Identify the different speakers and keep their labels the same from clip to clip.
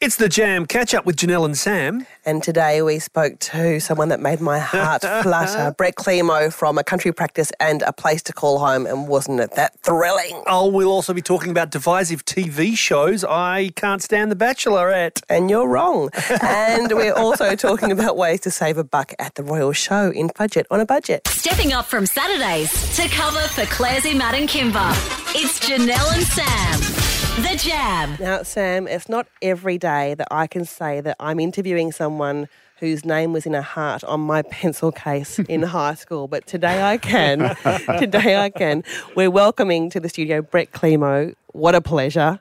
Speaker 1: It's the Jam Catch Up with Janelle and Sam.
Speaker 2: And today we spoke to someone that made my heart flutter, Brett Clemo from A Country Practice and A Place to Call Home. And wasn't it that thrilling?
Speaker 1: Oh, we'll also be talking about divisive TV shows. I can't stand The Bachelorette.
Speaker 2: And you're wrong. and we're also talking about ways to save a buck at the Royal Show in budget, on a budget.
Speaker 3: Stepping up from Saturdays to cover for Clarsey, Matt, and Kimber. It's Janelle and Sam. The Jam.
Speaker 2: Now, Sam, it's not every day that I can say that I'm interviewing someone whose name was in a heart on my pencil case in high school, but today I can. today I can. We're welcoming to the studio Brett Clemo. What a pleasure.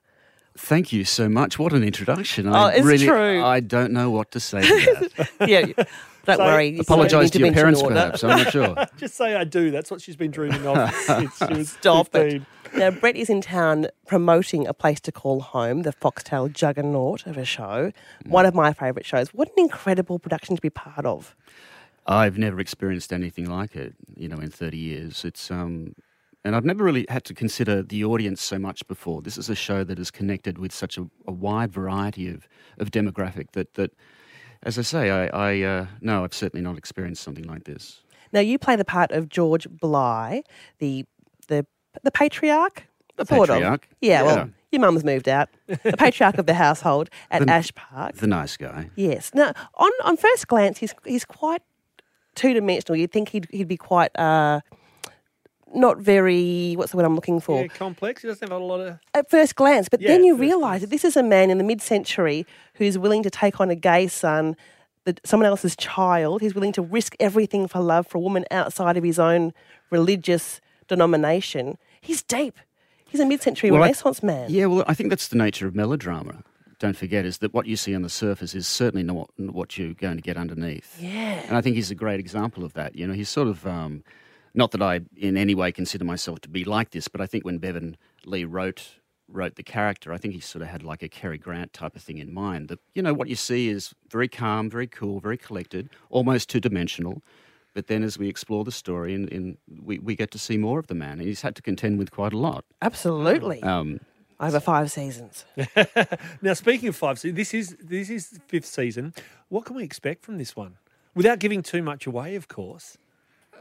Speaker 4: Thank you so much. What an introduction.
Speaker 2: Oh, it's
Speaker 4: really,
Speaker 2: true.
Speaker 4: I don't know what to say. to that.
Speaker 2: Yeah, don't worry. you don't
Speaker 4: Apologise
Speaker 2: need
Speaker 4: to your
Speaker 2: mention
Speaker 4: parents,
Speaker 2: all that.
Speaker 4: perhaps. I'm not sure.
Speaker 1: Just say I do. That's what she's been dreaming of since she was
Speaker 2: Stop
Speaker 1: 15.
Speaker 2: it. Now, Brett is in town promoting A Place to Call Home, the Foxtel juggernaut of a show,
Speaker 4: Mm.
Speaker 2: one of my favourite shows. What an incredible production to be part of.
Speaker 4: I've never experienced anything like it, you know, in 30 years. It's um and I've never really had to consider the audience so much before. This is a show that is connected with such a, a wide variety of, of demographic that that as I say, I, I uh, no, I've certainly not experienced something like this.
Speaker 2: Now, you play the part of George Bly, the the the patriarch, the
Speaker 4: patriarch,
Speaker 2: Yeah,
Speaker 4: yeah.
Speaker 2: well, your mum's moved out, the patriarch of the household at Ash Park.
Speaker 4: The nice guy.
Speaker 2: Yes. Now, on, on first glance, he's he's quite two dimensional. You'd think he'd he'd be quite uh, not very what's the word I'm looking for
Speaker 1: Yeah, complex. He doesn't have a lot of.
Speaker 2: at first glance, but then
Speaker 1: Yeah,
Speaker 2: you
Speaker 1: at first
Speaker 2: realise that this is a man in the mid-century who's willing to take on a gay son, that someone else's child. He's willing to risk everything for love for a woman outside of his own religious denomination. He's deep. He's a mid-century
Speaker 4: Well, I-
Speaker 2: Renaissance man.
Speaker 4: Yeah, well, I think that's the nature of melodrama. Don't forget is that what you see on the surface is certainly not what- what you're going to get underneath. Yeah, and I think he's a great example of that. You know, he's sort of um, not that I in any way consider myself to be like this, but I think when Bevan Lee wrote wrote the character, I think he sort of had like a Cary Grant type of thing in mind. That you know what you see is very calm, very cool, very collected, almost two dimensional. But then, as we explore the story, and, and we, we get to see more of the man, and he's had to contend with quite a lot.
Speaker 2: Absolutely.
Speaker 4: Um,
Speaker 2: Over five seasons.
Speaker 1: Now, speaking of five, se- this is this is the fifth season. What can we expect from this one? Without giving too much away, of course.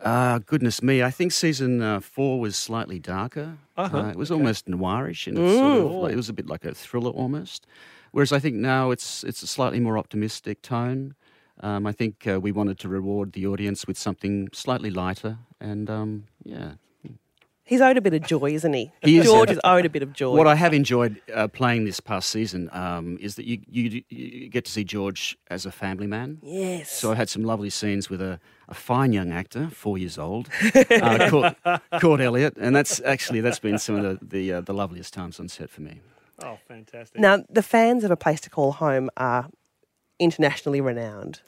Speaker 4: Ah, goodness me. I think season uh, four was slightly darker. Uh,
Speaker 1: Uh-huh,
Speaker 4: it was almost noirish, and it's sort of like, it was a bit like a thriller almost. Whereas I think now it's it's a slightly more optimistic tone. Um, I think uh, we wanted to reward the audience with something slightly lighter, and um, yeah.
Speaker 2: He's owed a bit of joy, isn't he?
Speaker 4: He is
Speaker 2: George
Speaker 4: a-
Speaker 2: is owed a bit of joy.
Speaker 4: What I have enjoyed uh, playing this past season um, is that you, you you get to see George as a family man.
Speaker 2: yes.
Speaker 4: So I had some lovely scenes with a, a fine young actor, four years old, uh, Court, Court Elliot, and that's actually that's been some of the the, uh, the loveliest times on set for me.
Speaker 1: Oh, fantastic.
Speaker 2: now, the fans of A Place to Call Home are internationally renowned.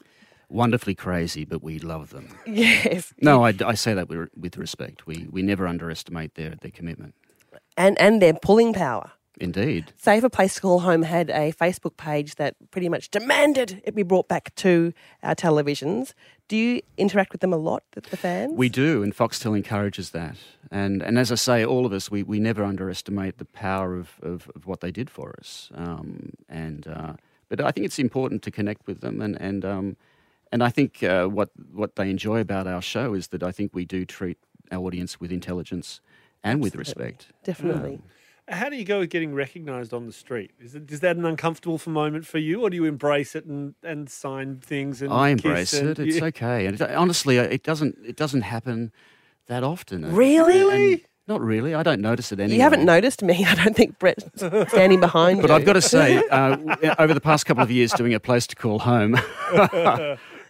Speaker 4: Wonderfully crazy, but we love them.
Speaker 2: Yes.
Speaker 4: No, I, I say that with, with respect. We we never underestimate their their commitment.
Speaker 2: And, and their pulling power.
Speaker 4: Indeed.
Speaker 2: Safer Place to Call Home had a Facebook page that pretty much demanded it be brought back to our televisions. Do you interact with them a lot, the, the fans?
Speaker 4: We do, and Foxtel encourages that. And and as I say, all of us, we, we never underestimate the power of, of, of what they did for us. Um, and uh, but I think it's important to connect with them, and and um, and I think uh, what what they enjoy about our show is that I think we do treat our audience with intelligence and with respect.
Speaker 2: Definitely.
Speaker 1: How do you go with getting recognised on the street? Is, it, is that an uncomfortable for moment for you, or do you embrace it and, and sign things? And
Speaker 4: I
Speaker 1: kiss
Speaker 4: embrace
Speaker 1: and-
Speaker 4: it. It's
Speaker 1: yeah.
Speaker 4: okay. And it, honestly, uh, it doesn't it doesn't happen that often.
Speaker 2: Really?
Speaker 4: And not really. I don't notice it anyway.
Speaker 2: You haven't noticed me, I don't think, Brett, standing behind
Speaker 4: Mm. But
Speaker 2: you.
Speaker 4: I've got to say, uh, w- over the past couple of years, doing a place to call home,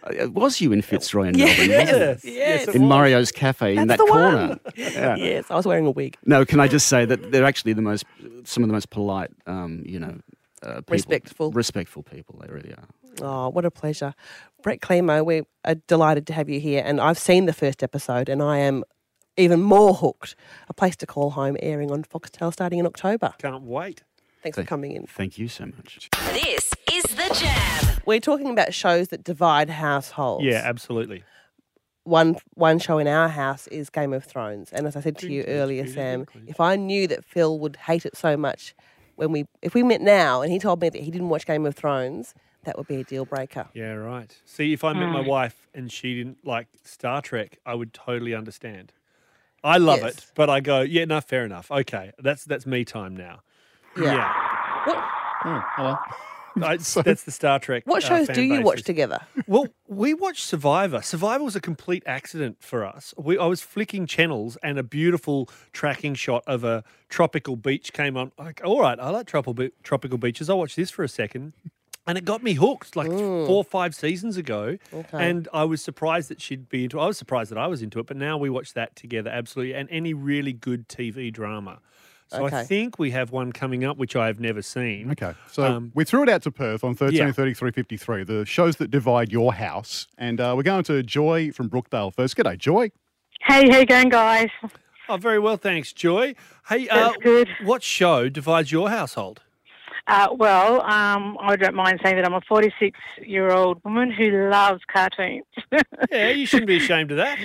Speaker 4: it was you in Fitzroy in Melbourne, wasn't it?
Speaker 1: Yes. Yes. it
Speaker 4: In
Speaker 1: was.
Speaker 4: Mario's Cafe in
Speaker 2: That's
Speaker 4: that
Speaker 2: the
Speaker 4: corner.
Speaker 2: one. Yes, I was wearing a wig.
Speaker 4: No, can I just say that they're actually the most, some of the most polite, um, you know, uh, people.
Speaker 2: Respectful.
Speaker 4: respectful people. They really are.
Speaker 2: Oh, what a pleasure. Brett Clemo, we are delighted to have you here. And I've seen the first episode and I am even more hooked. A Place to Call Home airing on Foxtel starting in October.
Speaker 1: Can't wait.
Speaker 2: Thanks for coming in.
Speaker 4: Thank you so much.
Speaker 3: This is The Jam.
Speaker 2: We're talking about shows that divide households.
Speaker 1: Yeah, absolutely.
Speaker 2: one one show in our house is Game of Thrones, and as I said to you earlier, Sam, if I knew that Phil would hate it so much, when we if we met now and he told me that he didn't watch Game of Thrones, that would be a deal breaker.
Speaker 1: Yeah, right. See, if I met
Speaker 2: Mm.
Speaker 1: my wife and she didn't like Star Trek, I would totally understand. I love it,
Speaker 2: Yes.
Speaker 1: but I go, yeah, no, fair enough. Okay, that's that's me time now.
Speaker 2: Yeah.
Speaker 1: Yeah,
Speaker 2: What
Speaker 4: Oh, hello.
Speaker 1: I- that's the Star Trek.
Speaker 2: what
Speaker 1: uh,
Speaker 2: shows
Speaker 1: fan
Speaker 2: do you
Speaker 1: base
Speaker 2: watch
Speaker 1: is-
Speaker 2: together?
Speaker 1: Well, we watched Survivor. Survivor was a complete accident for us. We, I was flicking channels and a beautiful tracking shot of a tropical beach came on. Like, all right, I like tropical, be- tropical beaches. I'll watch this for a second. And it got me hooked like four or five seasons ago. And I was surprised that she'd be into I was surprised that I was into it, but now we watch that together, absolutely. And any really good TV drama. So I
Speaker 2: Okay.
Speaker 1: think we have one coming up, which I have never seen.
Speaker 5: Okay, so we threw it out to Perth on 13
Speaker 1: Um, Yeah.
Speaker 5: 33 53, the shows that divide your house. And uh, we're going to Joy from Brookdale first. G'day, Joy.
Speaker 6: Hey, how you going, guys?
Speaker 1: Oh, very well, thanks, Joy. Hey, uh,
Speaker 6: That's good.
Speaker 1: what show divides your household?
Speaker 6: Uh, well, um, I don't mind saying that I'm a 46 year old woman who loves cartoons.
Speaker 1: Yeah, you shouldn't be ashamed of that.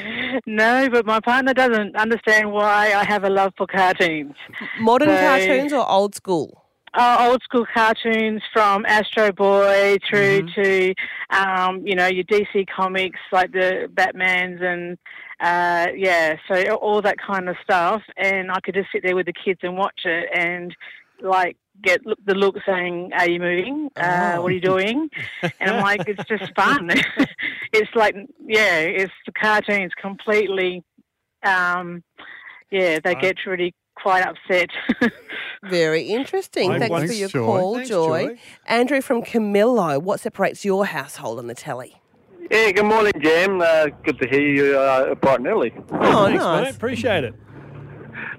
Speaker 6: no, but my partner doesn't understand why I have a love for cartoons.
Speaker 2: Modern
Speaker 6: So-
Speaker 2: cartoons or old school?
Speaker 6: Uh, old school cartoons from Astro Boy through to, um, you know, your DC comics like the Batmans and, uh, yeah, so all that kind of stuff. And I could just sit there with the kids and watch it and, like, get look, the look saying, Are you moving? Uh, What are you doing? and I'm like, It's just fun. it's like, yeah, it's the cartoons completely, um, yeah, they
Speaker 1: I-
Speaker 6: get really quite upset.
Speaker 2: Very interesting.
Speaker 1: I
Speaker 2: Thanks
Speaker 1: want-
Speaker 2: for your
Speaker 5: Thanks, Joy.
Speaker 2: call,
Speaker 1: Thanks,
Speaker 2: Joy.
Speaker 1: Joy.
Speaker 2: Andrew from Camillo, what separates your household and the telly?
Speaker 7: Yeah, good morning, Jam. Uh, good to hear you uh, bright and early.
Speaker 2: Oh,
Speaker 1: Thanks,
Speaker 2: nice.
Speaker 1: mate. Appreciate it.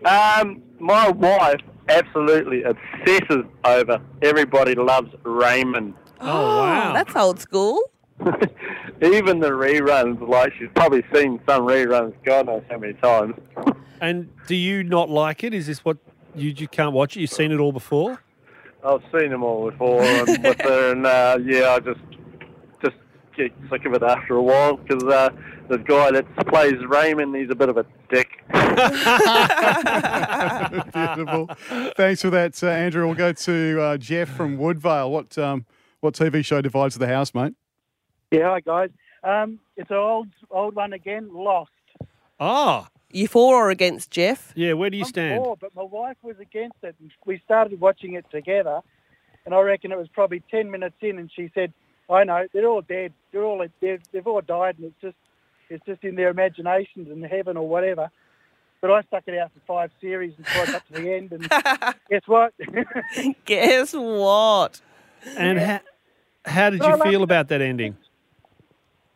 Speaker 7: Um, my wife absolutely obsesses over everybody loves Raymond.
Speaker 1: Oh, wow.
Speaker 2: That's old school.
Speaker 7: Even the reruns, like she's probably seen some reruns, God knows how many times.
Speaker 1: And do you not like it? Is this what you, you can't watch it? You've seen it all before?
Speaker 7: I've seen them all before and with her, and uh, yeah, I just just get sick of it after a while because uh, the guy that plays Raymond, he's a bit of a dick.
Speaker 5: Beautiful. Thanks for that, uh, Andrew. We'll go to uh, Jeff from Woodvale. What um, what TV show divides the house, mate?
Speaker 8: Yeah, hi guys. Um, it's an old old one again, Lost.
Speaker 1: Ah,
Speaker 2: You for or against Jeff?
Speaker 1: yeah. Where do you
Speaker 8: I'm
Speaker 1: stand?
Speaker 8: for, Oh, but my wife was against it, and we started watching it together. And I reckon it was probably ten minutes in, and she said, "I know they're all dead. They're all they've, they've all died, and it's just it's just in their imaginations and heaven or whatever." But I stuck it out for five series until I got to the end, and guess what?
Speaker 2: Guess what?
Speaker 1: And how, how did
Speaker 8: But I
Speaker 1: you
Speaker 8: like
Speaker 1: feel
Speaker 8: it.
Speaker 1: about that ending?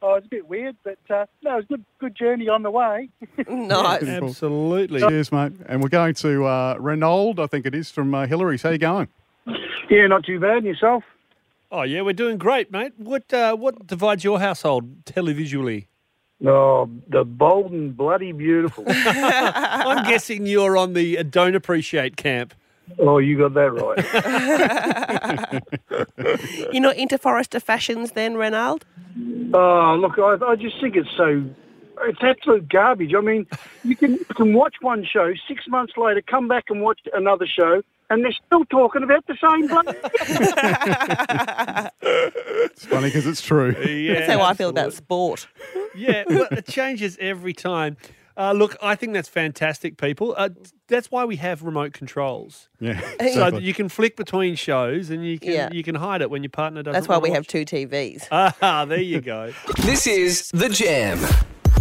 Speaker 8: oh, it's a bit weird, but uh, no, it was a good good journey on the way.
Speaker 2: Nice.
Speaker 5: Beautiful.
Speaker 1: Absolutely.
Speaker 5: Cheers, mate. And we're going to uh, Reynold, I think it is, from uh, Hillary's. How you going?
Speaker 8: yeah, not too bad. Yourself?
Speaker 1: Oh, yeah, we're doing great, mate. What uh, what divides your household televisually?
Speaker 8: Oh, the bold and bloody beautiful.
Speaker 1: I'm guessing you're on the uh, don't appreciate camp.
Speaker 8: oh, you got that right.
Speaker 2: You're not into Forrester fashions then, Reynald?
Speaker 8: Oh, look, I, I just think it's so, it's absolute garbage. I mean, you can, you can watch one show, six months later, come back and watch another show, and they're still talking about the same bloody
Speaker 5: It's funny because it's true.
Speaker 1: Yeah,
Speaker 2: That's how I feel about sport.
Speaker 1: Yeah, well, it changes every time. Uh, look, I think that's fantastic, people. Uh, that's why we have remote controls,
Speaker 5: yeah.
Speaker 1: so
Speaker 5: exactly.
Speaker 1: that you can flick between shows and you can
Speaker 2: Yeah.
Speaker 1: you can hide it when your partner doesn't.
Speaker 2: That's why
Speaker 1: wanna
Speaker 2: we have
Speaker 1: watch.
Speaker 2: two TVs.
Speaker 1: Ah, there you go.
Speaker 9: This is The Jam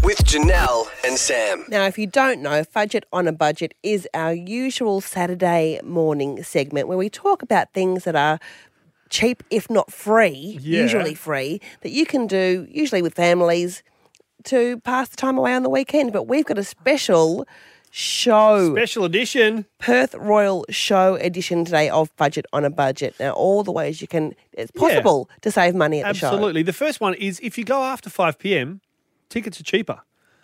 Speaker 9: with Janelle and Sam.
Speaker 2: Now, if you don't know, Fudget on a Budget is our usual Saturday morning segment where we talk about things that are cheap, if not free,
Speaker 1: Yeah.
Speaker 2: usually free, that you can do, usually with families, to pass the time away on the weekend. But we've got a special show,
Speaker 1: Special edition.
Speaker 2: Perth Royal Show edition today of Fudget on a Budget. Now, all the ways you can, it's possible to save money at the show.
Speaker 1: Absolutely. The first one is if you go after five pm, tickets are cheaper.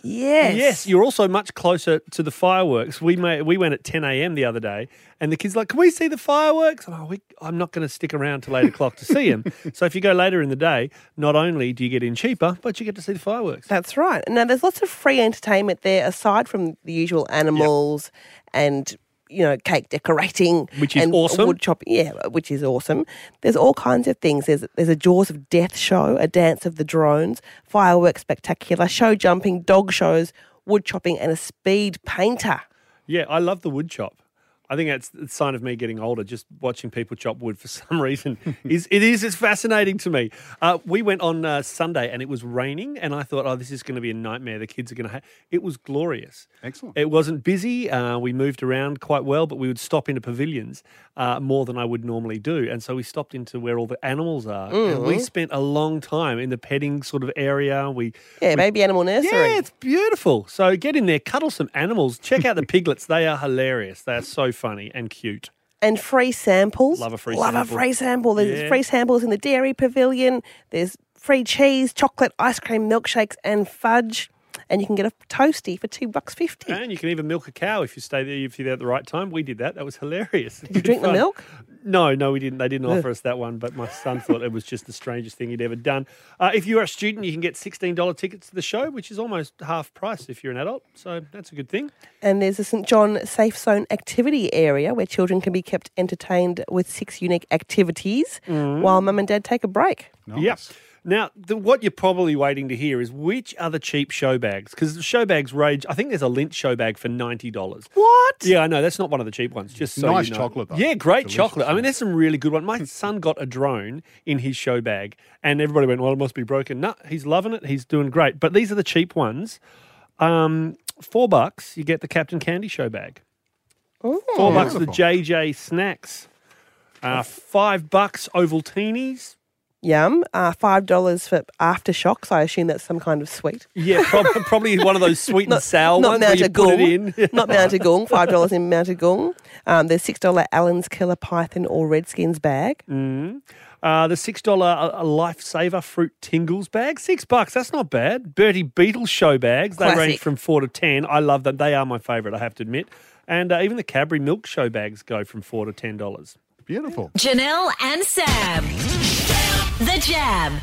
Speaker 2: Yes.
Speaker 1: Yes, you're also much closer to the fireworks. We may, we went at 10 a.m. the other day, and the kids like, "Can we see the fireworks?" And I'm, like, I'm not going to stick around till eight o'clock to see them. So if you go later in the day, not only do you get in cheaper, but you get to see the fireworks.
Speaker 2: That's right. Now, there's lots of free entertainment there aside from the usual animals and you know, cake decorating,
Speaker 1: Which is
Speaker 2: and
Speaker 1: awesome.
Speaker 2: Wood chopping, yeah, which is awesome. There's all kinds of things. There's there's a Jaws of Death show, a dance of the drones, fireworks spectacular, show jumping, dog shows, wood chopping, and a speed painter.
Speaker 1: Yeah, I love the wood chop. I think that's the sign of me getting older. Just watching people chop wood for some reason is it is it's fascinating to me. Uh, we went on uh, Sunday and it was raining, and I thought, oh, this is going to be a nightmare. The kids are going to. Ha-. It was glorious.
Speaker 5: Excellent.
Speaker 1: It wasn't busy. Uh, we moved around quite well, but we would stop into pavilions uh, more than I would normally do, and so we stopped into where all the animals are. And we spent a long time in the petting sort of area. We
Speaker 2: Yeah, baby animal nursery.
Speaker 1: yeah, it's beautiful. So get in there, cuddle some animals, check out the piglets. They are hilarious. They are so funny and cute.
Speaker 2: and free samples.
Speaker 1: Love a free
Speaker 2: Love
Speaker 1: sample.
Speaker 2: a free sample. There's
Speaker 1: Yeah.
Speaker 2: free samples in the dairy pavilion. There's free cheese, chocolate, ice cream, milkshakes, and fudge. And you can get a toasty for two bucks fifty.
Speaker 1: And you can even milk a cow if you stay there if you're there at the right time. We did that. That was hilarious. Did
Speaker 2: you drink the milk?
Speaker 1: No, no, we didn't. They didn't offer us that one, but my son thought it was just the strangest thing he'd ever done. Uh, if you're a student, you can get $16 tickets to the show, which is almost half price if you're an adult. So that's a good thing.
Speaker 2: And there's a St John Safe Zone activity area where children can be kept entertained with six unique activities
Speaker 1: Mm.
Speaker 2: while mum and dad take a break.
Speaker 1: Yes. Now, the, what you're probably waiting to hear is which are the cheap show bags? Because show bags rage. I think there's a lint show bag for ninety dollars. What? Yeah, I know that's not one of the cheap ones. Just so
Speaker 5: Nice
Speaker 1: you know.
Speaker 5: chocolate, though.
Speaker 1: Yeah, great
Speaker 5: Delicious
Speaker 1: chocolate. I mean, there's some really good one. My son got a drone in his show bag, and everybody went, "Well, it must be broken." No, he's loving it. He's doing great. But these are the cheap ones. Um, four bucks, you get the Captain Candy show bag. Four bucks for the JJ snacks. Uh, five bucks Ovaltinis.
Speaker 2: Yum. Uh, Five dollars for aftershocks. I assume that's some kind of sweet.
Speaker 1: Yeah, prob- probably one of those sweet and sour ones where you put it in.
Speaker 2: not Mountagoong. Five dollars in Mountagoong. Um, there's six dollar Allen's Killer Python or Redskins bag.
Speaker 1: Uh, the six dollar a lifesaver fruit tingles bag, six bucks. That's not bad. Bertie Beetle show bags. They range
Speaker 2: Classic.
Speaker 1: from four to ten. I love them. They are my favourite. I have to admit. And uh, even the Cadbury milk show bags go from four to ten dollars.
Speaker 5: Beautiful.
Speaker 3: Janelle and Sam. The Jam.